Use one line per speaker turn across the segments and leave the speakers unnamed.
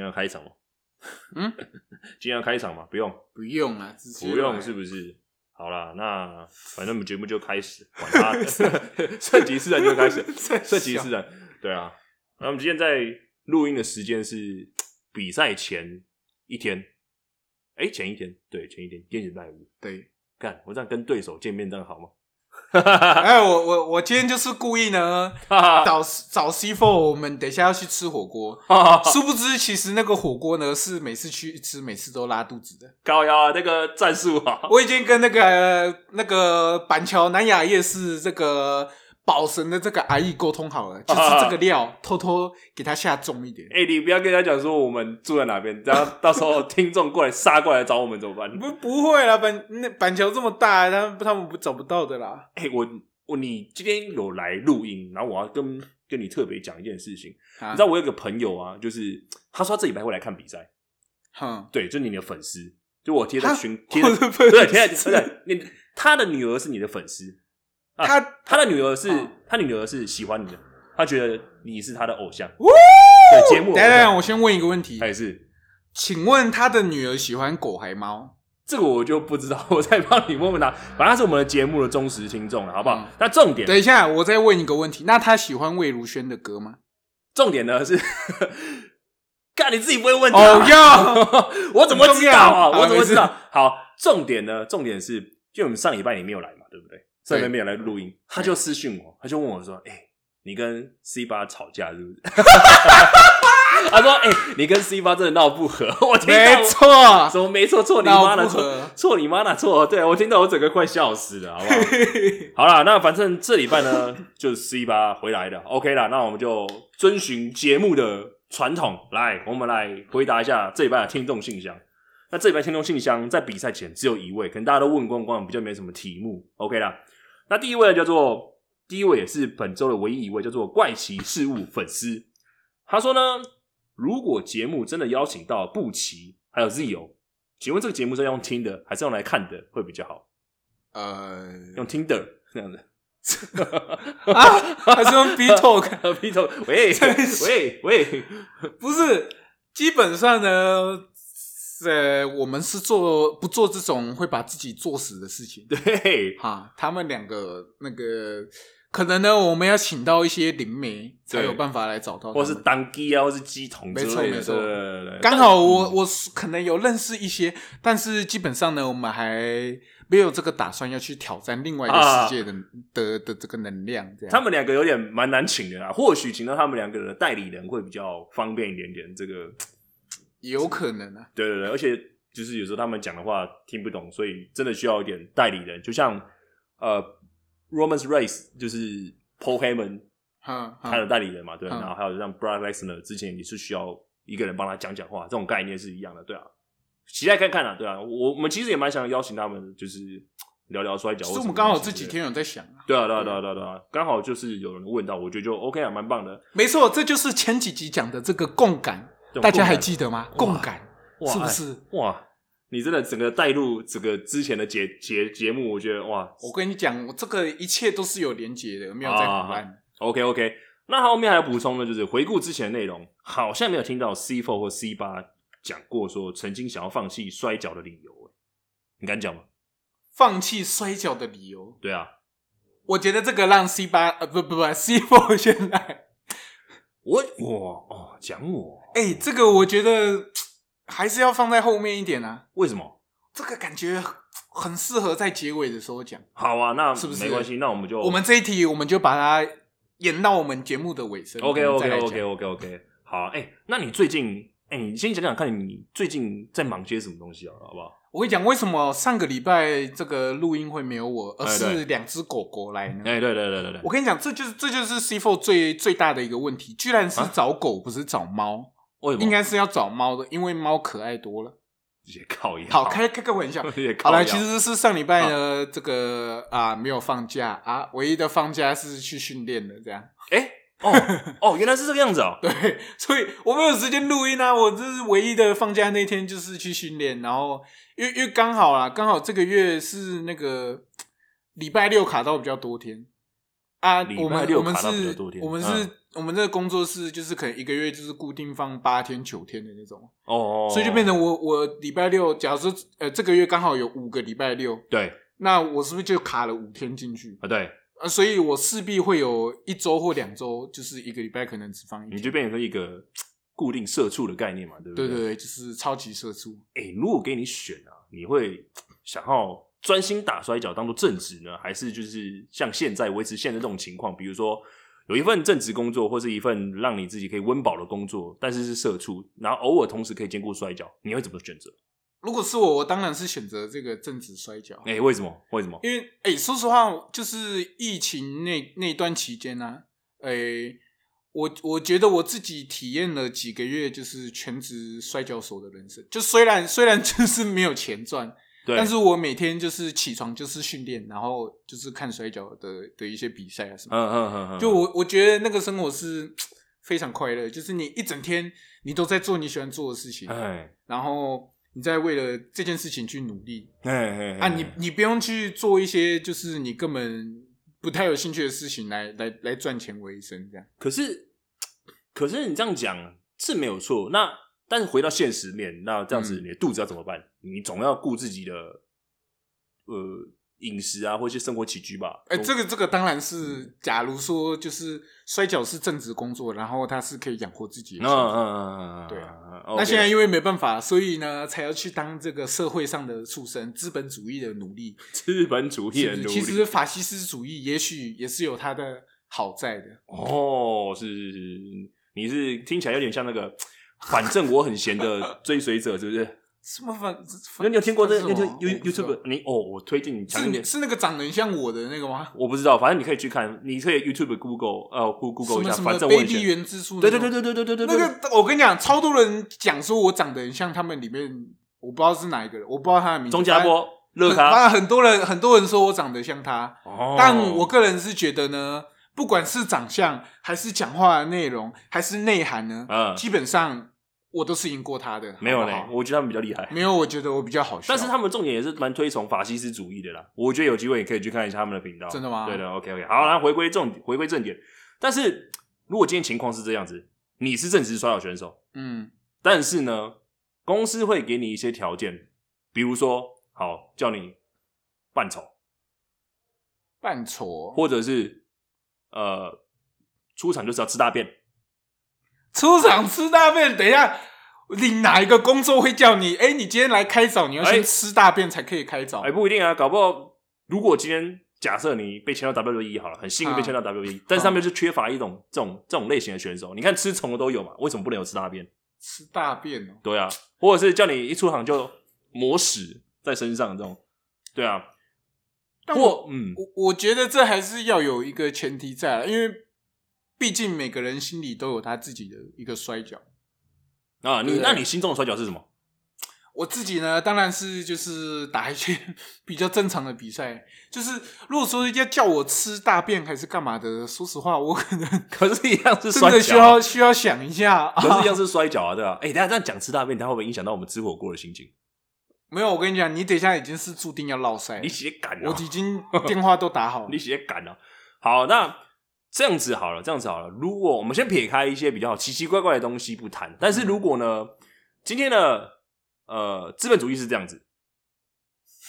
要开场吗？
嗯，
今天要开场吗？不用，
不用了，直接
不用，
来
是不是？好啦，那反正我们节目就开始，管他，顺其自然就开始，顺其自然。对啊，那我们今天在录音的时间是比赛前一天，哎、前一天，对，前一天，今天是礼拜五。
对。
干，我这样跟对手见面，这样好吗？
哎，我我我今天就是故意呢，
哈
找找 C Four，我们等一下要去吃火锅。
哈，
殊不知，其实那个火锅呢是每次去吃，每次都拉肚子的。
高腰啊，那个战术啊，
我已经跟那个那个板桥南雅夜市这个宝神的这个阿姨沟通好了，就是这个料偷偷给他下重一点。
哎、你不要跟他讲说我们住在哪边，然后到时 候听众过来杀过来找我们怎么办？
不不会啦，板那板桥这么大，他们他们不找不到的啦。
哎、我我你今天有来录音，然后我要跟跟你特别讲一件事情。
啊
你知道我有个朋友啊，就是他说他这礼拜会来看比赛，
哼，
对，就是你的粉丝，就我贴在
哈
群贴在
我的粉
对贴在
丝
对，你他的女儿是你的粉丝，啊
他
他的女儿是、
哦
他的女儿是喜欢你的，他觉得你是他的偶像。
呜
对节目偶
等一下等一下，
像，
我先问一个问题
他，也是
请问他的女儿喜欢狗还猫？
这个我就不知道， 我再帮你问问他。反正他是我们的节目的忠实听众了，好不好？
嗯
那重点
等一下，我再问一个问题，那他喜欢魏如萱的歌 吗？
重点呢是， 干你自己不会问他、啊
哦哟
我怎么知道啊？
很重要
我怎么知
好
道？好，重点呢，重点是，就我们上礼拜你没有来嘛，对不对？上礼拜没有来录音，他就私讯我，他就问我说：“哎、你跟 C 八吵架是 不是？”他说：“哎、你跟 C 八真的闹不和。”我听到
没
我
错
什，么没错，错你妈
闹
的
不
错
和，
错你妈的错。对我听到我整个快笑死了，好不好？好啦，那反正这礼拜呢， 就是 C 八回来的，OK 啦。那我们就遵循节目的传统，来，我们来回答一下这礼拜的听众信箱。那这礼拜听众信箱在比赛前只有一位，可能大家都问光光，比较没什么题目，OK 啦。那第一位呢叫做第一位也是本周的唯一一位，叫做怪奇事物粉丝。他说呢，如果节目真的邀请到布奇还有 Zio，请问这个节目是要用听的还是用来看的会比较好？
呃，
用听的这样子。
啊，还是用 B Talk，
劈头，喂喂喂，
不是，基本上呢，呃，我们是做不做这种会把自己做死的事情。
对，
哈，他们两个那个可能呢，我们要请到一些灵媒才
对
有办法来找到他们，
或是当机啊，或是鸡桶之类的，
没错没错
对对 对对
刚好我我是可能有认识一些，但是基本上呢，我们还没有这个打算要去挑战另外一个世界的、的的这个能量。这样，
啊他们两个有点蛮难请的啊，或许请到他们两个的代理人会比较方便一点点。这个，
也有可能啊，
对对对，而且就是有时候他们讲的话听不懂，所以真的需要一点代理人，就像呃，Romans Race 就是 Paul Heyman
哈，
他的
哈
代理人嘛，对，
嗯
然后还有像 Brad Lesnar 之前也是需要一个人帮他讲讲话，这种概念是一样的，对啊，期待看看啊，对啊，我我们其实也蛮想邀请他们，就是聊聊摔跤
其
或什么东西。
实我们刚好这几天有在想啊，
对啊，对啊，对啊，对啊，对啊，刚好就是有人问到，我觉得就 OK 啊，蛮棒的，
没错，这就是前几集讲的这个共感，
这种
大家还
共
记得吗？
共
共感
哇哎
是不是？
感哇？你真的整个带入整个之前的节节节目，我觉得哇
我跟你讲，我这个一切都是有连结的，没有在胡
啊哎
乱。
，OK OK。那后面还有补充的，就是回顾之前的内容，好像没有听到 C four 或 C 八讲过说曾经想要放弃摔跤的理由、欸你敢讲吗？
放弃摔跤的理由，
对啊，
我觉得这个让 C 八呃不不不 C four 先来。
我我哦，讲我
哎、这个我觉得还是要放在后面一点啊。
为什么？
这个感觉很适合在结尾的时候讲。
好啊，那
是不是
没关系？那我们就
我们这一题我们就把它延到我们节目的尾声。
OK
我们再
OK
来讲
OK OK OK 好啊、哎、那你最近哎、你先讲讲看你最近在忙些什么东西啊，好不好？
我跟你讲，为什么上个礼拜这个录音会没有我，而
哎对
是两只狗狗来呢？
哎、对对对对对
我，跟你讲，这就是这就是 C Four 最最大的一个问题，居然
啊
是找狗，不是找猫，
为什么
应该是要找猫的，因为猫可爱多了。
也靠也
好，开开个玩笑，
也靠
好
腰
了，其实是上礼拜呢，这个啊没有放假啊，唯一的放假是去训练的，这样
哎、哦哦，原来是这个样子哦。
对，所以我没有时间录音啊，我这是唯一的放假那天就是去训练，然后因为因为刚好啦，刚好这个月是那个礼拜六卡到比较多天，啊，
礼
我
拜
们
六
我们
卡到比较
是
多天，
我们
嗯
是、我们这个工作室就是可能一个月就是固定放八天九天的那种，
哦，
所以就变成我我礼拜六，假如说呃这个月刚好有五个礼拜六，
对
那我是不是就卡了五天进去？
啊，对，
呃，所以我势必会有一周或两周，就是一个礼拜可能只放一
你
天。
就变成一个固定社畜的概念嘛，对不
对
对
对对，就是超级社畜。
哎、如果给你选啊，你会想要专心打摔跤当做正职呢，还是就是像现在维持现在这种情况，比如说有一份正职工作，或是一份让你自己可以温饱的工作，但是是社畜，然后偶尔同时可以兼顾摔跤，你会怎么选择？
如果是我，我当然是选择这个正职摔跤，
哎、为什么？为什么？
因为哎、说实话，就是疫情那那段期间呢、啊，哎、我我觉得我自己体验了几个月，就是全职摔跤手的人生。就虽然虽然就是没有钱赚，
对，
但是我每天就是起床就是训练，然后就是看摔跤的的一些比赛啊什么的。
嗯嗯嗯嗯，
就我我觉得那个生活是非常快乐，就是你一整天你都在做你喜欢做的事情，
哎
然后你在为了这件事情去努力
哎哎
啊，你你不用去做一些就是你根本不太有兴趣的事情来来来赚钱为生这样。
可是，可是你这样讲是没有错。那但是回到现实面，那这样子
嗯
你的肚子要怎么办？你总要顾自己的呃饮食啊，或一些生活起居吧。
哎、
总
这个这个当然
嗯
是，假如说就是摔跤是正职工作，然后他是可以养活自己的
嗯
生活
嗯嗯嗯，
对啊
啊。
那现在 因为没办法，所以呢，才要去当这个社会上的畜生，资本主义的奴隶。
资本主义
是
的
不是
奴
其
隶
实法西斯主义也许也是有它的好在的。
哦，是是是，你是听起来有点像那个，反正我很闲的追随者，是不是？
什么反？
那你有听过这？
是
你有听
什么
You
我不知道
YouTube？你哦，我推荐你强烈
是是那个长得很像我的那个吗？
我不知道，反正你可以去看，你可以 YouTube Google 呃 Go-
什
Google
么
一下，
什么
反正我
卑
很
鄙
闲。
原之处？
对对对。对对对对对，
那个我跟你讲，超多人讲说我长得很像他们里面，我不知道是哪一个人，我不知道他的名字。
钟家波、乐
反
咖，
正很多人很多人说我长得像他，
哦
但我个人是觉得呢，不管是长相，还是讲话的内容，还是内涵呢，
嗯
基本上我都是赢过他的。
没有嘞
好，不好
我觉得他们比较厉害。
没有，我觉得我比较好笑。
但是他们重点也是蛮推崇法西斯主义的啦，我觉得有机会也可以去看一下他们的频道。
真的吗
对的，OK OK。好，然后回归重回归正点，但是如果今天情况是这样子，你是正职摔跤选手，
嗯
但是呢，公司会给你一些条件，比如说好叫你扮丑，
扮丑哦，
或者是呃出场就是要吃大便，
出场吃大便。等一下，你哪一个工作会叫你？哎、你今天来开早，你要
哎
先吃大便才可以开早。
哎、不一定啊，搞不好如果今天假设你被签到 W 一好了，很幸运被签到 W 一、但是他们就是缺乏一种这种这种类型的选手。你看吃虫的都有嘛，为什么不能有吃大便？
吃大便哦，
对啊，或者是叫你一出场就抹屎在身上这种，对啊，
但我
或嗯
我我觉得这还是要有一个前提在啦，因为毕竟每个人心里都有他自己的一个摔跤。
啊，你
对
那你心中的摔跤是什么？
我自己呢，当然是就是打一些比较正常的比赛。就是如果说要叫我吃大便还是干嘛的，说实话，我可能
可是一样是
真
摔
的需
跤啊、
要需要想一下啊。
可是一样是摔跤啊，对吧、啊？哎、大家这样讲吃大便，它会不会影响到我们吃火锅的心情？
没有，我跟你讲，你等一下已经是注定要落赛了
你。写敢啊！
我已经 电话都打好了
你。写敢啊！好，那这样子好了，这样子好了。如果我们先撇开一些比较奇奇怪怪的东西不谈，但是如果呢，今天的呃资本主义是这样子，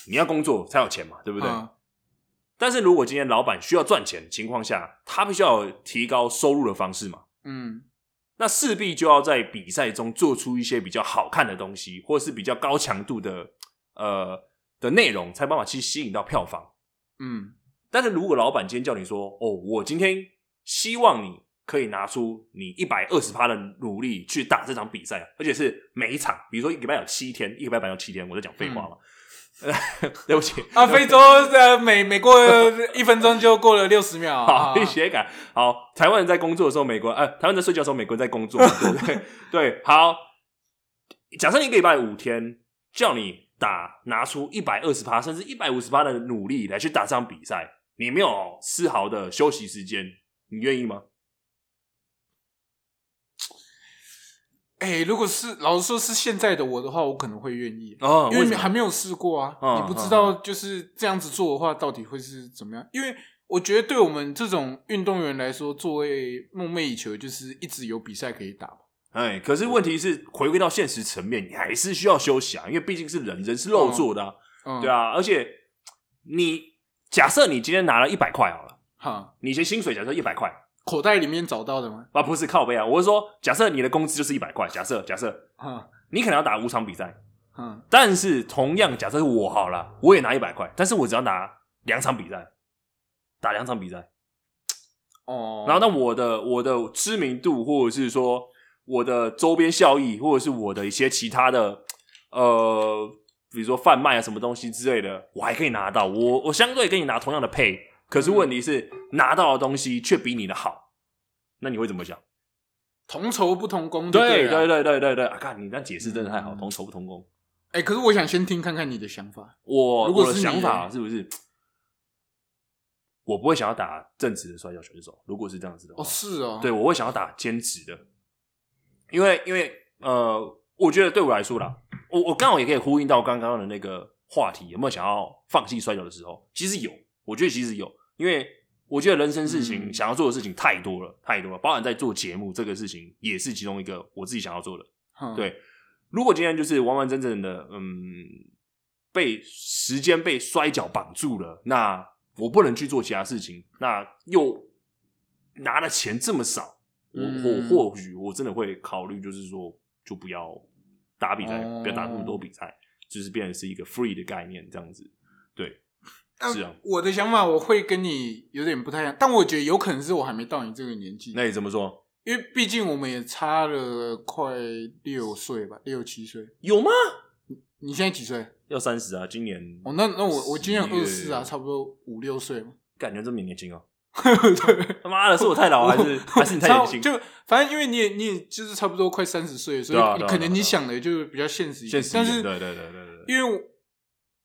你要工作才有钱嘛，对不对？
嗯
但是如果今天老板需要赚钱的情况下，他必须要有提高收入的方式嘛，
嗯，
那势必就要在比赛中做出一些比较好看的东西，或是比较高强度的呃的内容，才有办法去吸引到票房。
嗯，
但是如果老板今天叫你说，哦，我今天希望你可以拿出你一百二十趴的努力去打这场比赛，而且是每一场，比如说一个礼拜有七天，一个礼拜有七天，我在讲废话嘛。呃， 对不起，
啊，非洲呃，每每过一分钟就过了六十秒啊
好，一些感。好，台湾人在工作的时候，美国人呃，台湾人在睡觉的时候，美国人在工作，对不对？对，好。假设你一个礼拜五天，叫你打拿出一百二十趴甚至一百五十趴的努力来去打这场比赛，你没有丝毫的休息时间，你愿意吗？
哎、如果是老实说，是现在的我的话，我可能会愿意，
哦
因
为
为
什
还
么？
没有试过啊，
嗯
你不知道就是这样子做的话到底会是怎么样。因为我觉得对我们这种运动员来说，作为梦寐以求就是一直有比赛可以打吧。
哎，可是问题是回归到现实层面，你还是需要休息啊，因为毕竟是人，人是肉做的、啊，
嗯，
对，啊。而且你假设你今天拿了一百块好了，
哈，
你先薪水假设一百块
口袋里面找到的吗？
啊，不是靠背啊，我是说假设你的工资就是一百块，假设假设
哈，
你可能要打五场比赛，
哈，
但是同样假设是我好了，我也拿一百块，但是我只要拿两场比赛，打两场比赛，
哦，
然后那我的我的知名度，或者是说我的周边效益，或者是我的一些其他的呃，比如说贩卖啊什么东西之类的，我还可以拿到。我我相对跟你拿同样的配，可是问题是、拿到的东西却比你的好，那你会怎么想？
同酬不同工就
对
了
对对对对对，啊，看你那解释真的太好，
嗯
同酬不同工。
哎、可是我想先听看看你的想法。
我
如果
我的
是你
想法
呢
是不是？我不会想要打正职的摔跤选手，如果是这样子的
哦，
话，
是哦，
对，，我会想要打兼职的，因为因为呃，我觉得对我来说啦，我我刚好也可以呼应到刚刚的那个话题，有没有想要放弃摔跤的时候？其实有，我觉得其实有，因为我觉得人生事情、
嗯
想要做的事情太多了，太多了，包含在做节目这个事情也是其中一个我自己想要做的。
哼
对，如果今天就是完完整整的，嗯，被时间被摔跤绑住了，那我不能去做其他事情，那又拿的钱这么少，我
嗯
我或许我真的会考虑，就是说就不要打比赛，不要打那么
哦
多比赛，就是变成是一个 free 的概念这样子。对，
但
是啊
我的想法我会跟你有点不太一样，但我觉得有可能是我还没到你这个年纪，
那你怎么说？
因为毕竟我们也差了快六岁吧，六七岁。
有吗？
你现在几岁？
要三十啊，今年
哦，那那我我今年
十月
二四啊，差不多五六岁嘛。
感觉这么年轻哦、
对，
他妈的，是我太哦老还 是还是你太
差
年
不
轻？
就反正因为你也你也就是差不多快三十岁，所
对啊
以
对啊
可
对啊
能你
对啊
想的就比较现实一点但
现。实一点
是
对对对对对对。
因为我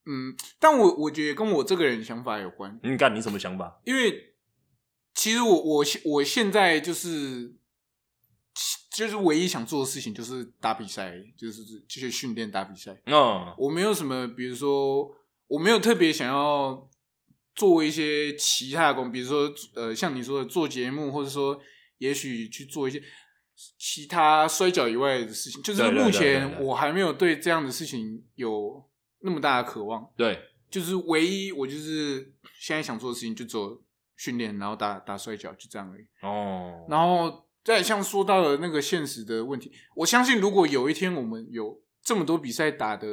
嗯，但我我觉得跟我这个人想法有关，
你嗯干你什么想法？
因为其实我我现我现在就是就是唯一想做的事情就是打比赛，就是就是训练打比赛。
嗯，
我没有什么，比如说我没有特别想要做一些其他的工，比如说呃，像你说的做节目，或者说也许去做一些其他摔跤以外的事情。就是
对对
目
对对
前
对
我还没有对这样的事情有那么大的渴望。
对，
就是唯一我就是现在想做的事情就只有训练，然后打打摔跤，就这样而已。
哦，。
然后再像说到了那个现实的问题，我相信如果有一天我们有这么多比赛打的，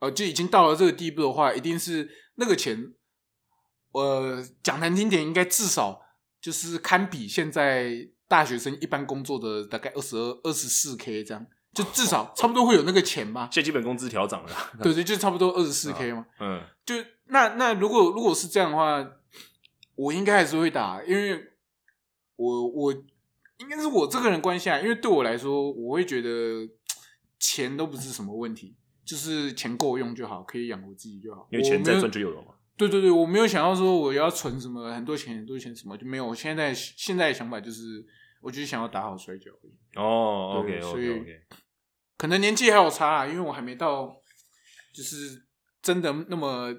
呃，就已经到了这个地步的话，一定是那个钱，呃，讲难听点，应该至少就是堪比现在大学生一般工作的大概二十二、二十四 k 这样，就至少差不多会有那个钱吧
现在基本工资调涨了啦，
对对，就差不多二十四 k 嘛。
嗯，
就那那如果如果是这样的话，我应该还是会打，因为我我应该是我这个人关系啊，因为对我来说，我会觉得钱都不是什么问题，就是钱够用就好，可以养活自己就好。
因为钱
我
在
没有
赚就有了嘛。
对对对，我没有想要说我要存什么很多钱很多钱什么，就没有。我现在现在的想法就是，我就是想要打好摔跤而已。
哦
对
，OK
所以
OK OK，
可能年纪还有差、啊，因为我还没到，就是真的那么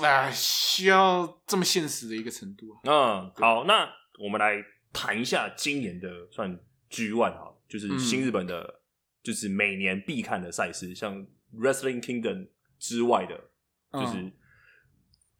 啊，需要这么现实的一个程度啊。
嗯，好，那我们来谈一下今年的算 G One 哈，就是
嗯
新日本的，就是每年必看的赛事，像 Wrestling Kingdom 之外的，
啊
就是。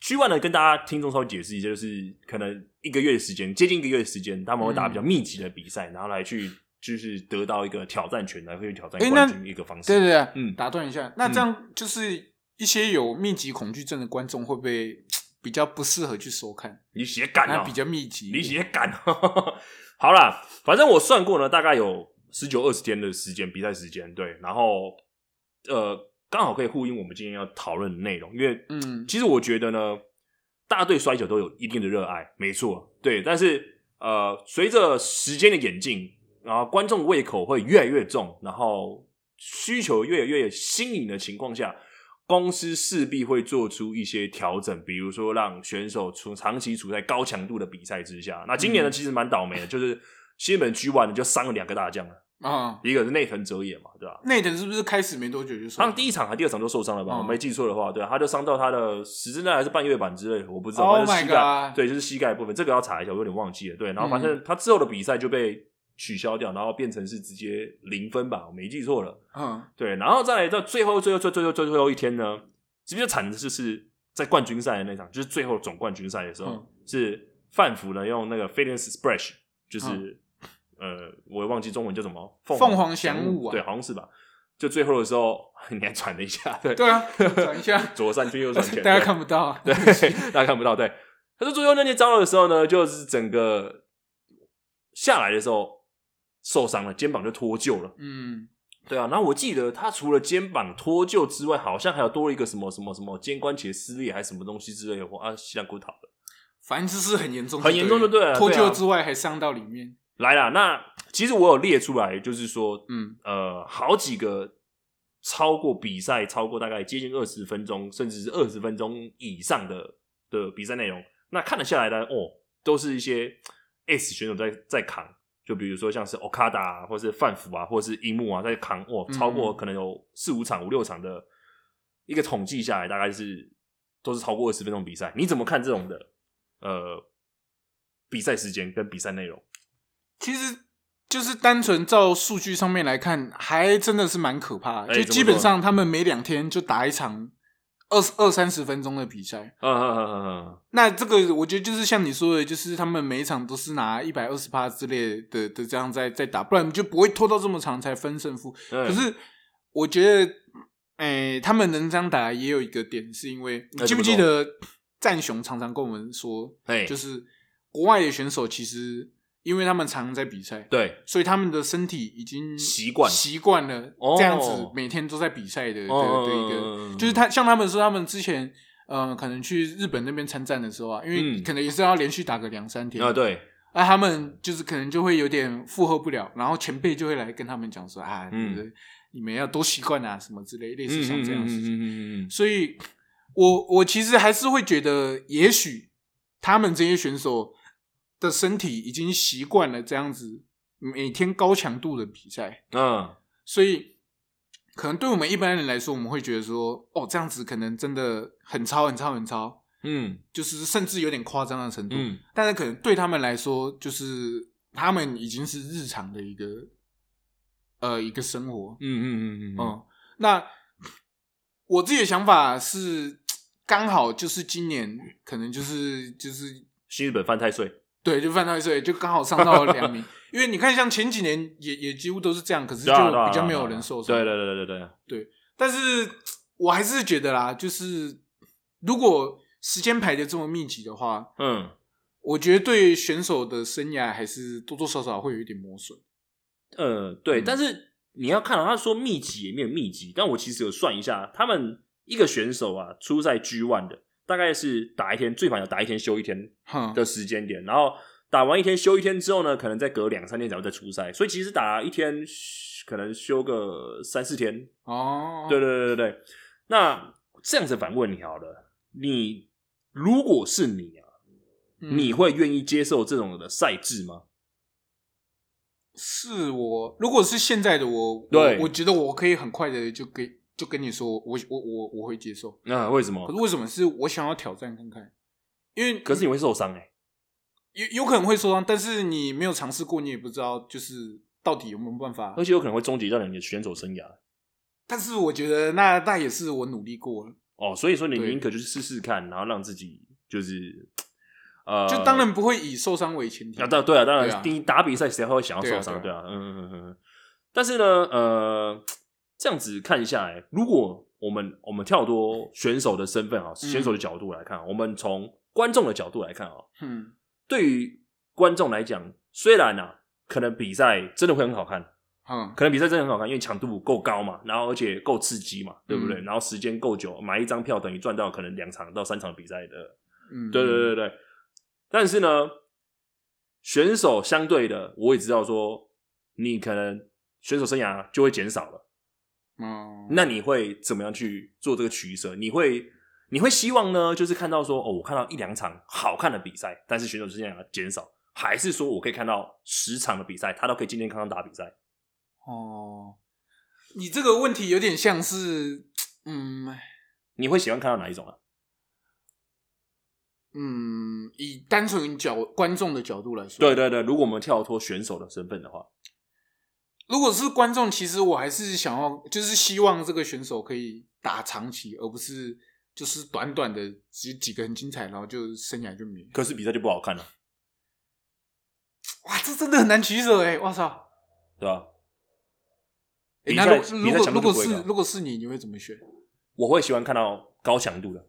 G One 呢，跟大家听众稍微解释一下，就是可能一个月的时间，接近一个月的时间，他们会打比较密集的比赛，然后来去就是得到一个挑战权，来去挑战
诶
冠
那
军一个方式。
对对对，
嗯
打断一下，那
嗯
这样就是一些有密集恐惧症的观众会不会比较不适合去收看？
你写感
那
啊，
比较密集一
你
点，
写感。 好啦，反正我算过呢，大概有十九二十天的时间比赛时间，对，然后呃，刚好可以呼应我们今天要讨论的内容，因为
嗯
其实我觉得呢，大家对摔跤都有一定的热爱，没错，对。但是呃，随着时间的演进，然后观众胃口会越来越重，然后需求越来越新颖的情况下，公司势必会做出一些调整，比如说让选手处长期处在高强度的比赛之下。那今年呢，
嗯
其实蛮倒霉的，就是新本 G 1呢就伤了两个大将了。
啊，
一个是内藤哲也嘛，对吧、
内藤是不是开始没多久就受
他
伤？
第一场还第二场都受伤了吧？
嗯
我没记错的话，对、啊，他就伤到他的十字韧还是半月板之类的，我不知道。
Oh
反正膝
my
盖
god 嗯
对，就是膝盖的部分，这个要查一下，我有点忘记了。对，然后反正他之后的比赛就被取消掉，然后变成是直接零分吧，我没记错了。
嗯
对，然后再来到最后、最后、最后最后、最后最后一天呢，其实最惨的就是在冠军赛的那场，就是最后总冠军赛的时候，
嗯
是范福呢用那个 f i l i n g Splash，就是、
嗯
呃，我也忘记中文叫什么，
凤凰翔舞啊
对，好像是吧？就最后的时候，你还传了一下，对，
对啊，转一下，
左闪圈右 闪圈，
大家
对
看不到啊。
对，大家看不到。对，可是最后那天招的时候呢，就是整个下来的时候受伤了，肩膀就脱臼了。
嗯，
对啊，然后我记得他除了肩膀脱臼之外，好像还有多了一个什么什么什么肩关节撕裂还是什么东西之类的，或啊膝盖骨头的。
反正就是很严重，
很严重就对了
脱
对啊
臼之外还伤到里面。
来啦，那其实我有列出来，就是说，
嗯
呃，好几个超过比赛超过大概接近二十分钟，甚至是二十分钟以上的的比赛内容，那看得下来呢，哦，都是一些 S 选手在在扛。就比如说像是 Okada 啊，或是范福啊，或是樱木啊，在扛哦，
嗯
超过可能有四五场、五六场的一个统计下来，大概是都是超过二十分钟比赛。你怎么看这种的呃比赛时间跟比赛内容？
其实就是单纯照数据上面来看，还真的是蛮可怕的。
哎
就
怎么
基本上他们每两天就打一场二十二三十分钟的比赛。
嗯嗯嗯嗯嗯，
那这个我觉得就是像你说的，就是他们每一场都是拿一百二十趴之类的的这样在在打，不然就不会拖到这么长才分胜负。
嗯
可是我觉得，诶、他们能这样打也有一个点，是因为
哎
你记不
怎么
记得战雄常常跟我们说，
哎，
就是是国外的选手其实因为他们常在比赛，
对，
所以他们的身体已经
习惯
习惯了
哦
这样子每天都在比赛的的的一个，
嗯
就是他像他们说他们之前。嗯，可能去日本那边参战的时候啊，因为
嗯
可能也是要连续打个两三天
啊，对，
啊，他们就是可能就会有点负荷不了，然后前辈就会来跟他们讲说啊，
嗯
对不对？你们要多习惯啊，什么之类，类似像这样的事情。
嗯嗯
所以，我我其实还是会觉得，也许他们这些选手的身体已经习惯了这样子每天高强度的比赛，
嗯，
所以可能对我们一般人来说，我们会觉得说，哦，这样子可能真的很超、很超、很超，
嗯
就是甚至有点夸张的程度。
嗯
但是可能对他们来说，就是他们已经是日常的一个呃一个生活。
嗯嗯嗯嗯
嗯，那我自己的想法是，刚好就是今年可能就是就是
新日本犯太岁，
对，就犯太岁，就刚好上到了 两名。因为你看，像前几年也也几乎都是这样，可是就
对啊对啊
比较没
对啊
有人受伤。
对对对对对，
但是我还是觉得啦，就是如果时间排的这么密集的话，
嗯，
我觉得对选手的生涯还是多多少少会有一点磨损。
呃，对，
嗯
但是你要看到他说密集也没有密集，但我其实有算一下，他们一个选手啊，出赛 G one 的大概是打一天，最晚有打一天休一天
哼，
的时间点，然后打完一天休一天之后呢，可能再隔两三天才会再出赛，所以其实打一天可能休个三四天
哦，
对对对对对。那这样子反问你好了，你如果是你啊，
嗯
你会愿意接受这种的赛制吗？
是我，如果是现在的我，我
对
我觉得我可以很快的就跟就跟你说，我我我我会接受。
那、啊为什
可
么
是？为什么是我想要挑战看看？因为
可是你会受伤哎、
有有可能会受伤，但是你没有尝试过，你也不知道就是到底有没有办法
而。且有可能会终结掉你的选手生涯
但是我觉得那那也是我努力过了，
哦。所以说，你
对
宁可就是试试看，然后让自己就是呃，
就当然不会以受伤为前提
啊，。当对啊，当
对
然，
啊
第一打比赛谁会想要受伤？对
对
啊，嗯嗯嗯嗯。但是呢，呃，这样子看下来，如果我们我们跳脱选手的身份啊，选手的角度来看，啊我们从观众的角度来看啊，
嗯，
对于观众来讲，虽然啊，可能比赛真的会很好看，
嗯，
可能比赛真的很好看，因为强度够高嘛，然后而且够刺激嘛，对不对？
嗯
然后时间够久，买一张票等于赚到可能两场到三场比赛的
嗯
对对对对。但是呢，选手相对的，我也知道说，你可能选手生涯就会减少了。
嗯，
那你会怎么样去做这个取舍？你会你会希望呢，就是看到说，哦，我看到一两场好看的比赛，但是选手生涯减少，还是说我可以看到十场的比赛，他都可以健健康康打比赛？
哦，你这个问题有点像是，嗯
你会喜欢看到哪一种啊？
嗯，以单纯角观众的角度来说，
对，对对，如果我们跳脱选手的身份的话，
如果是观众，其实我还是想要，就是希望这个选手可以打长期，而不是就是短短的几几个很精彩，然后就生涯就没了。
可是比赛就不好看了，
哇，这真的很难取舍哎！我操！
对吧？
诶
比
那
赛
如如
比
果如
赛强度
果
就不会
是
高，
如果是你，你会怎么选？
我会喜欢看到高强度的。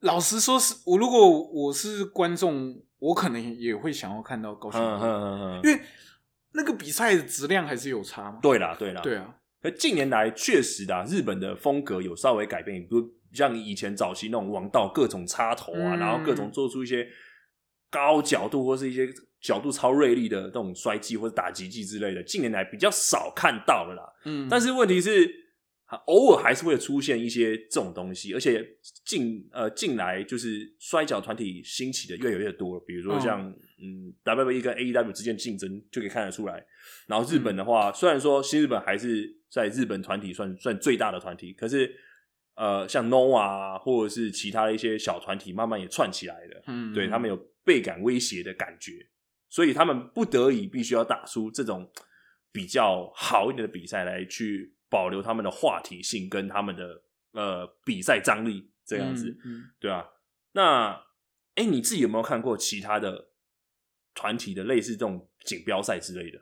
老实说是，我如果我是观众，我可能也会想要看到高
嗯
强度，
嗯嗯嗯
因为那个比赛的质量还是有差嘛。
对啦对啦，
对啊，
而近年来确实的、啊，日本的风格有稍微改变，比如像以前早期那种王道各种插头啊，
嗯
然后各种做出一些高角度或是一些角度超锐利的那种摔技或者打击技之类的，近年来比较少看到了啦。
嗯，
但是问题是。偶尔还是会出现一些这种东西，而且近呃近来就是摔跤团体兴起的越来越多了，比如说像嗯 WWE 跟 AEW 之间的竞争就可以看得出来，然后日本的话，虽然说新日本还是在日本团体算算最大的团体，可是呃，像 NOVA 啊，或者是其他的一些小团体，慢慢也串起来了，
嗯，
对他们有倍感威胁的感觉，所以他们不得已必须要打出这种比较好一点的比赛来去保留他们的话题性跟他们的呃比赛张力这样子，
嗯，嗯
对啊，那哎、诶你自己有没有看过其他的团体的类似这种锦标赛之类的？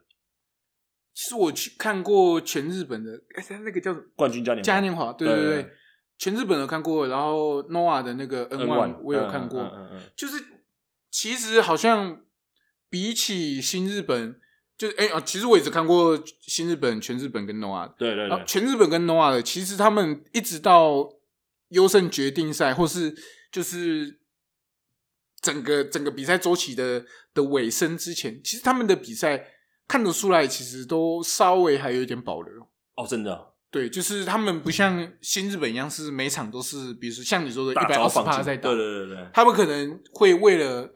其实我去看过全日本的，哎，他那个叫什么
冠军嘉年华
嘉年华，对对
对对
对，全日本的看过，然后 Noah 的那个 N
N1
我有看过，
嗯嗯嗯嗯
就是其实好像比起新日本，就是哎啊、其实我也只看过新日本、全日本跟 Noah 的。
对对
然
对
后，全日本跟 Noah 的，其实他们一直到优胜决定赛，或是就是整个整个比赛周期的的尾声之前，其实他们的比赛看得出来，其实都稍微还有一点保留。
哦，真的，
对，就是他们不像新日本一样，是每场都是，比如说像你说的一
大
百
招
二十
放
趴
进，
在
对
打，
对对对，
他们可能会为了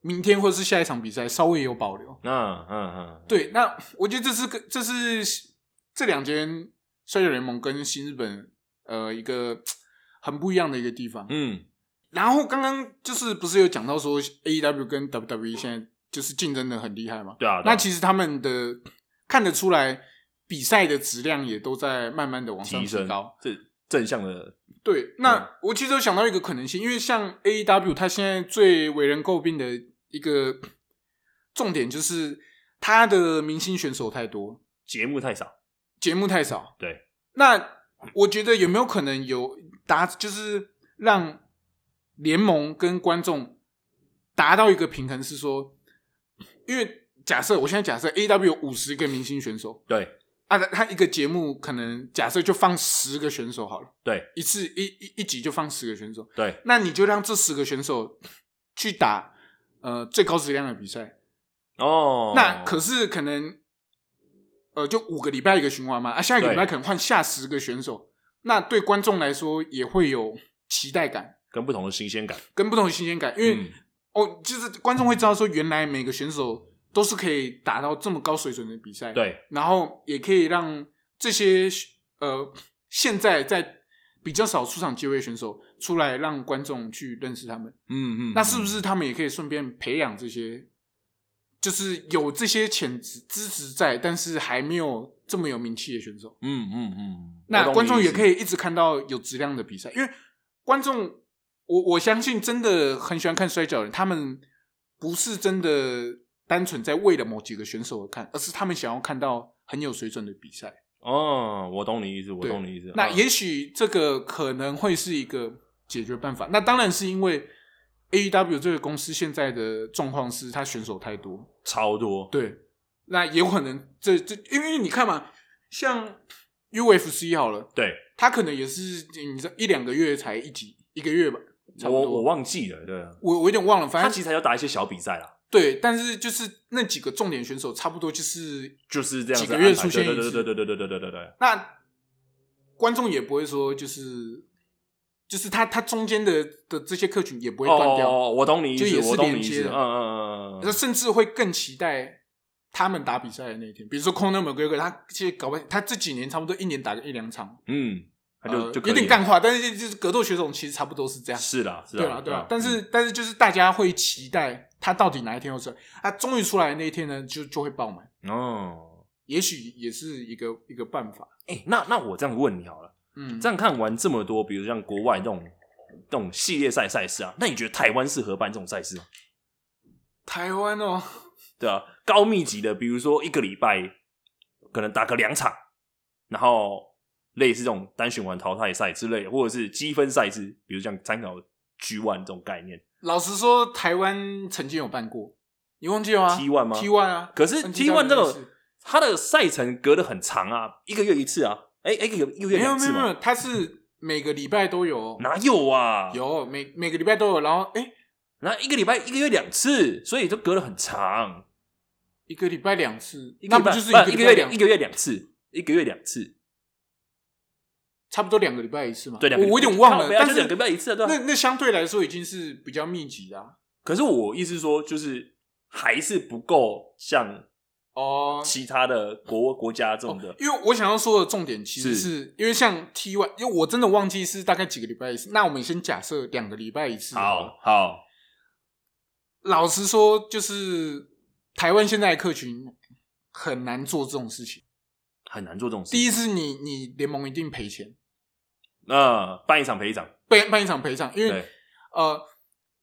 明天或是下一场比赛稍微有保留。
嗯嗯嗯，
对，那我觉得这是个，这是这两间摔角联盟跟新日本呃一个很不一样的一个地方。
嗯，
然后刚刚就是不是有讲到说 AEW 跟 WWE 现在就是竞争的很厉害嘛？
对啊，
那
实
其实他们的看得出来，比赛的质量也都在慢慢的往上
提
提
升
高。
这正向的，
对，
嗯
那我其实有想到一个可能性，因为像 AEW，它现在最为人诟病的一个重点就是它的明星选手太多，
节目太少，
节目太少。
对，
那我觉得有没有可能有达，就是让联盟跟观众达到一个平衡，是说，因为假设我现在假设 AEW 有五十个明星选手，
对
啊，他一个节目可能假设就放十个选手好了。
对
一次一一一集就放十个选手，
对，
那你就让这十个选手去打呃最高质量的比赛。
哦，
那可是可能呃就五个礼拜一个循环嘛，啊下一个礼拜
对
可能换下十个选手，那对观众来说也会有期待感
跟不同的新鲜感，
跟不同的新鲜感，因为、
嗯
哦就是观众会知道说原来每个选手都是可以打到这么高水准的比赛，，
对
然后也可以让这些呃现在在比较少出场机会的选手出来，让观众去认识他们。
嗯嗯，
那是不是他们也可以顺便培养这些，就是有这些潜质资质在，但是还没有这么有名气的选手？
嗯？嗯嗯嗯，
那观众也可
以，
以一直看到有质量的比赛，因为观众，我我相信真的很喜欢看摔跤的人，他们不是真的单纯在为了某几个选手而看，而是他们想要看到很有水准的比赛。
哦，我懂你意思，我
对
懂你意思，
那
嗯
也许这个可能会是一个解决办法。那当然是因为 AEW 这个公司现在的状况是它选手太多，
超多，
对，那也有可能这这，因为你看嘛，像 UFC 好了，
对，
它可能也是你知道一两个月才一集，一个月吧，差
我
不多。
我忘记了，对啊，
我我有点忘了，反
他
正
其实还要打一些小比赛啦，
对，但是就是那几个重点选手，差不多就是
就是这样子
几个月
安排
出现
对
一
对
次
对对对对对对对对，
那观众也不会说就是就是他他中间的的这些客群也不会断掉，
哦，我懂你意
就也
思，
是
我懂你
连
意
接
思，
的
嗯嗯嗯嗯嗯
那、，甚至会更期待他们打比赛的那一天，比如说 Conor McGregor，他其实搞不，他这几年差不多一年打个一两场，
嗯，他就、
呃
就可以
有点
了
干话，但是就就是格斗选手其实差不多是这样。
是啦，嗯是
对
啦，
啊，对
啦
啊，，但是但是就是大家会期待他到底哪一天会出来，他终于出来的那一天呢，就就会爆满，
嗯哦，
也许也是一个一个办法。
哎、那那我这样问你好了，
嗯，
这样看完这么多，比如像国外那种那种系列赛赛事啊，那你觉得台湾适合办这种赛事吗？
台湾哦，
对啊，高密集的，比如说一个礼拜可能打个两场，然后类似这种单循环淘汰赛之类的，或者是积分赛制，比如像参考 G One 这种概念。
老实说，台湾曾经有办过，你忘记了吗
T1 吗
？T one 啊，
可是 T One
这
这种它的赛程隔得很长啊，一个月一次啊，哎、一个月
没有
两
没
次
有没有
嘛，，
它是每个礼拜都有，
哪有啊？
有每每个礼拜都有，然后哎、
那一个礼拜一个月两次，所以就隔得很长。
一个礼拜两次，
一个
那
礼
不
拜
就是
不
个
一
礼
个月
拜
两一个月两次，一个月两次，
差不多两个礼拜一次嘛？
对，两个
我我有点忘了，
靠北啊
但
就是两个礼拜一次啊，对吧、
那那相对来说已经是比较密集的、啊、
可是我意思说，就是还是不够像
哦。
其他的国国家这种的，
因为我想要说的重点，其实
是
是因为像 T one，因为我真的忘记是大概几个礼拜一次。那我们先假设两个礼拜一次好了。
好好
老实说，就是台湾现在的客群很难做这种事情。
很难做这种事。
第
一，
一是你你联盟一定赔钱，
那办一场赔一场，
被办一场赔一场，因为
对，
呃，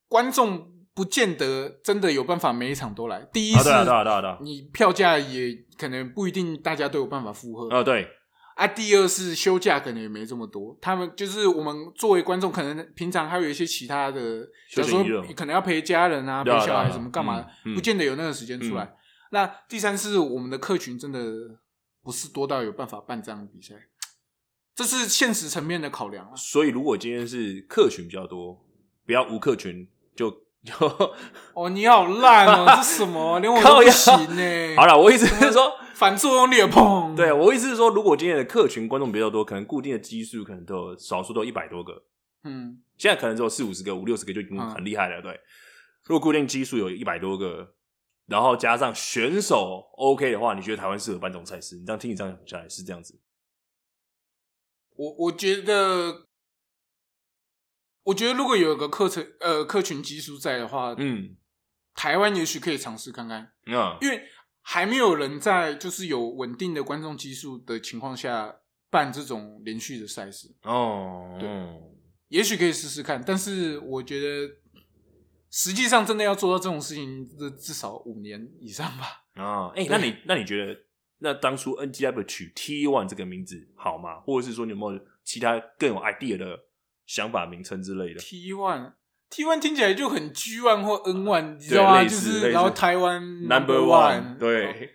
观众不见得真的有办法每一场都来。第一
啊
是
对啊对啊对啊对啊，
你票价也可能不一定大家都有办法负荷
啊对，
啊。第二是休假可能也没这么多，他们就是我们作为观众，可能平常还有一些其他的，假
休
如
闲娱乐
说可能要陪家人啊、陪
对啊
小
对啊
孩
对啊
什么干嘛
嗯嗯，嗯
不见得有那个时间出来。那第三是我们的客群真的不是多到有办法办这样的比赛，这是现实层面的考量啊。
所以如果今天是客群比较多，不要无客群就就
哦，你好烂哦，这什么？连我
靠
都不
腰
行呢。
好了。我意思是说，
反作用力的砰。
对我意思是说，如果今天的客群观众比较多，可能固定的基数可能都有少数都一百多个，
嗯，
现在可能只有四五十个、五六十个就已经很厉害了。对，如果固定基数有一百多个，然后加上选手 OK 的话，你觉得台湾适合办这种赛事？你这样听你这样讲下来是这样子，
我我觉得，我觉得如果有一个课程呃客群基数在的话，
嗯
台湾也许可以尝试看看，
嗯
因为还没有人在就是有稳定的观众基数的情况下办这种连续的赛事，
哦，
对
嗯
也许可以试试看。但是我觉得，实际上真的要做到这种事情，至至少五年以上吧。
啊，哎、那你那你觉得，那当初 NGF 取 T One 这个名字好吗？或者是说你有没有其他更有 idea 的想法、名称之类的？
T one。T one 听起来就很 G one 或 N one，你知
对
道吗？
类
就
似
是
类
然后
似
台湾
Number
one，
One，，对，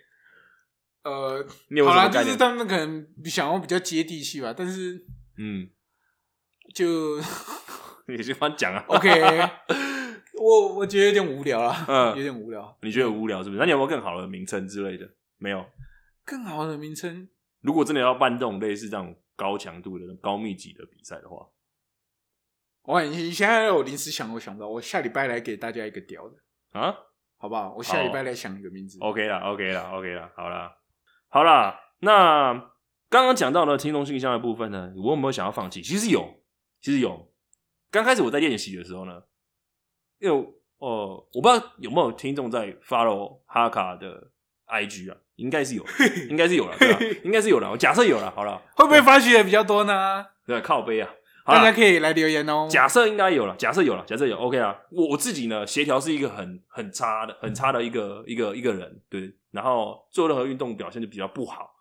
呃，
你有没
好
有什
啦，
么概
就是
念？
他们可能想要比较接地气吧，但是
嗯，
就
你先帮我讲啊。
OK，我我觉得有点无聊啦，
嗯
有点无聊。
你觉得无聊是不是？那你有没有更好的名称之类的？没有。
更好的名称，
如果真的要办这种类似这种高强度的、高密集的比赛的话，
哇，你现在让我临时想，我想不到，我下礼拜来给大家一个屌的，
啊
好不好？我下礼拜来想一个名字。
，OK 啦，OK 啦，OK 啦，好啦，好啦。那刚刚讲到呢，听众信箱的部分呢，我有没有想要放弃？其实有，其实有。刚开始我在练习的时候呢，因为呃，我不知道有没有听众在 follow 哈卡的 IG 啊，应该是 有，应该是有了，对啊，应该是有了。我假设有了，好了，
会不会发起的比较多呢？
对，靠背啊，好啦
大家可以来留言哦。
假设应该有了，假设有了，假设有，OK 啊。我我自己呢，协调是一个很很差的、很差的一个一个一个人，对。然后做任何运动表现就比较不好。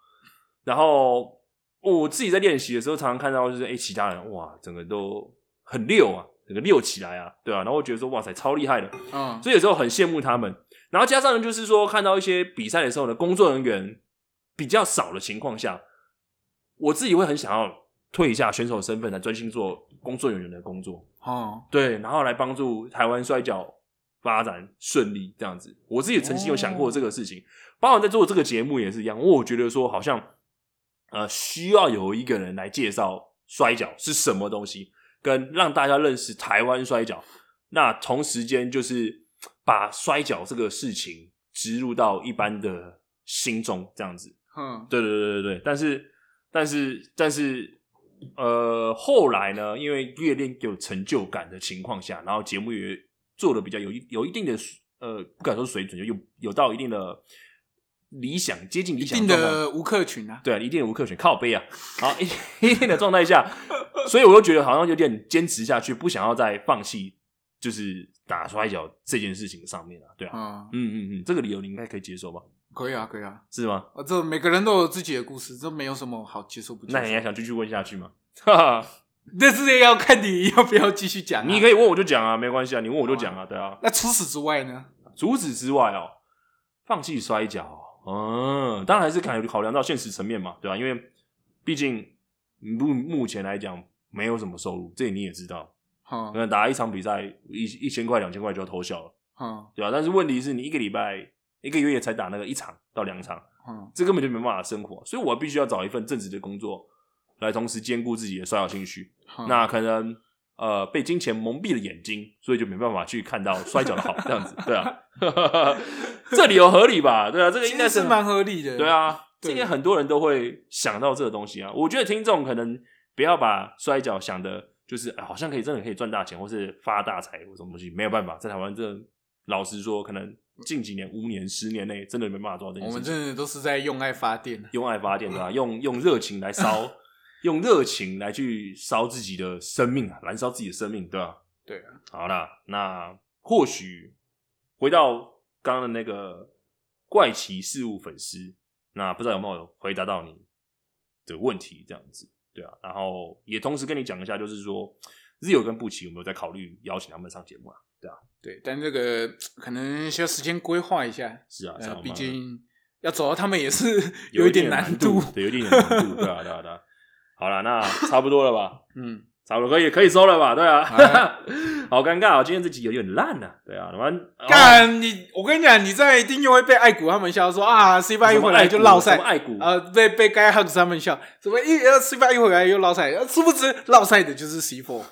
然后我自己在练习的时候，常常看到就是，哎、其他人哇，整个都很溜啊，整个溜起来啊，对啊。然后我觉得说，哇塞，超厉害的。
嗯，
所以有时候很羡慕他们。然后加上就是说，看到一些比赛的时候呢，工作人员比较少的情况下，我自己会很想要退一下选手身份，来专心做工作人员的工作，
哦，
对，然后来帮助台湾摔跤发展顺利这样子。我自己曾经有想过这个事情，包括在做这个节目也是一样，因为我觉得说好像呃需要有一个人来介绍摔跤是什么东西，跟让大家认识台湾摔跤。那同时间就是把摔跤这个事情植入到一般的心中这样子。
嗯，
对对对对对，但是但是但是，呃，后来呢，因为越练有成就感的情况下，然后节目也做的比较有一有一定的水呃，不敢说水准，就有有到一定的理想，接近理
一
想
定
状况
的吴克群啊，
对啊，一定的无可选，靠背啊，然后一一定的状态下，所以我就觉得好像有点坚持下去，不想要再放弃，就是打摔跤这件事情上面啊，对啊，
嗯，
嗯嗯嗯，这个理由你应该可以接受吧？
可以啊，可以啊，
是吗？
啊，这每个人都有自己的故事，这没有什么好接受不接受。
那 你还想继续问下去吗？哈哈。
但是要看你要不要继续讲、啊。
你可以问我就讲啊，没关系啊，你问我就讲啊，对啊。
那除此之外呢？
除此之外哦，放弃摔跤哦，嗯，当然还是考考量到现实层面嘛，对吧、因为毕竟目目前来讲没有什么收入，这你也知道，
哈、
可能打一场比赛一一千块两千块就要偷笑了，
哈
对吧、但是问题是你一个礼拜一个月才打那个一场到两场，
哈
这根本就没办法生活，啊所以我必须要找一份正职的工作来同时兼顾自己的摔跤兴趣。
哈，
那可能呃被金钱蒙蔽了眼睛，所以就没办法去看到摔跤的好，这样子，对 啊， 这理由合理吧？对啊，这个
其
应该
实
是
是蛮合理的。
对，啊，这
对
应该很多人都会想到这个东西啊。我觉得听众可能不要把摔跤想的，就是、哎好像可以真的可以赚大钱，或是发大财或什么东西，没有办法，在台湾这老实说，可能近几年、五年、十年内真的没办法做到这件
我
事
们
情。
真的都是在用爱发电。啊
用爱发电 对吧、用用热情来烧，用热情来去烧自己的生命啊，燃烧自己的生命，对吧、
对啊，
好啦，那或许回到刚刚的那个怪奇事物粉丝，那不知道有没有回答到你的问题，这样子，对啊。然后也同时跟你讲一下，就是说 Zio 跟布奇有没有在考虑邀请他们上节目啊？
对，但这个可能需要时间规划一下，
是啊，是啊
呃，
我们
毕竟要找到他们也是
有
一
点
点难
度，对，有一点难度，对啊，对啊，对啊。好了，那差不多了吧？
嗯，
差不多可以可以收了吧？对啊，
哎
好尴尬啊、今天这集有点烂啊。对啊，完
干你！我跟你讲，你在一定又会被爱谷他们笑说啊，C 八一回来就落
什
赛
么，爱股，
呃，被被该 h u 他们笑，什么一呃 C 八一回来又落赛，呃殊不知落赛的就是 C four，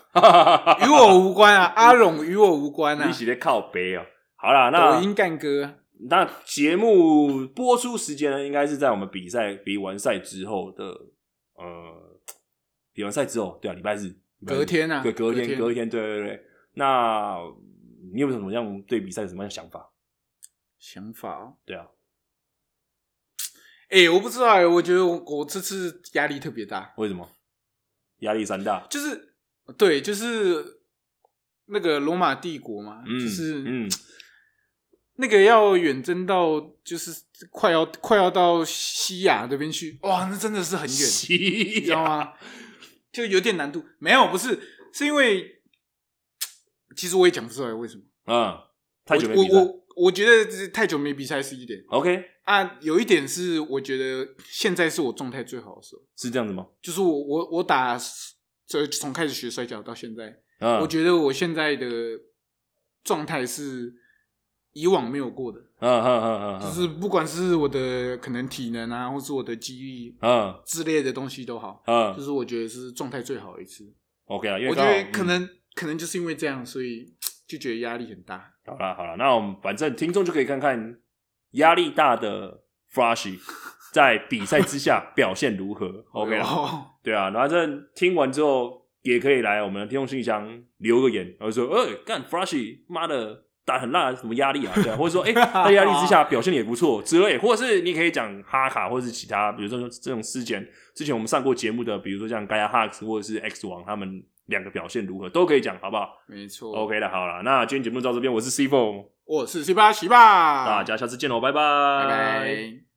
与 我无关啊，阿荣与我无关呃啊
一，起在靠背哦。好啦，
抖
那
音干哥，
那节目播出时间呢，应该是在我们比赛比完赛之后的呃，比完赛之后，对啊，礼拜日，礼拜日
隔天啊
对，隔
隔
天，
天
隔一天，对对对。那你有没有什么样对比赛有什么样的想法？
想法哦，
对啊，
哎、我不知道哎、我觉得我我这次压力特别大，
为什么压力山大？
就是对，就是那个罗马帝国嘛，
嗯，
就是
嗯，
那个要远征到就是快要快要到西亚这边去，哇，那真的是很 远，
你
你知道？吗？就有点难度。没有，不是，是因为其实我也讲不出来为什么。
嗯，太久没
我
比
我
赛。
我我觉得这太久没比赛是一点
OK，
啊，有一点是我觉得现在是我状态最好的时候，
是这样子吗？
就是我我我打这从开始学摔跤到现在，
嗯，
我觉得我现在的状态是以往没有过的。
嗯嗯嗯嗯，
就是不管是我的可能体能啊，或是我的记忆
嗯
之类的东西都好，就
嗯
是我觉得是状态最好的一次。
OK 啊，因为
我觉
刚好
得可、
嗯
能、可能就是因为这样，所以就觉得压力很大。
好啦好啦，那我们反正听众就可以看看压力大的 Flashy 在比赛之下表现如何。OK 啊，
哦，
对啊，反正听完之后也可以来我们的听众信箱留个言，然后说，呃、干 Flashy 妈的。打很辣，什么压力啊？对啊，或者说，哎、在压力之下表现的也不错之类，或者是你可以讲哈卡，或者是其他，比如说这种事件，之前我们上过节目的，比如说像 Gaia Hux 或者是 X 王，他们两个表现如何都可以讲，好不好？
没错。
OK 了，好了，那今天节目到这边，我是 C Four，
我是 C 八七吧，
大家下次见喽，拜拜，
拜拜。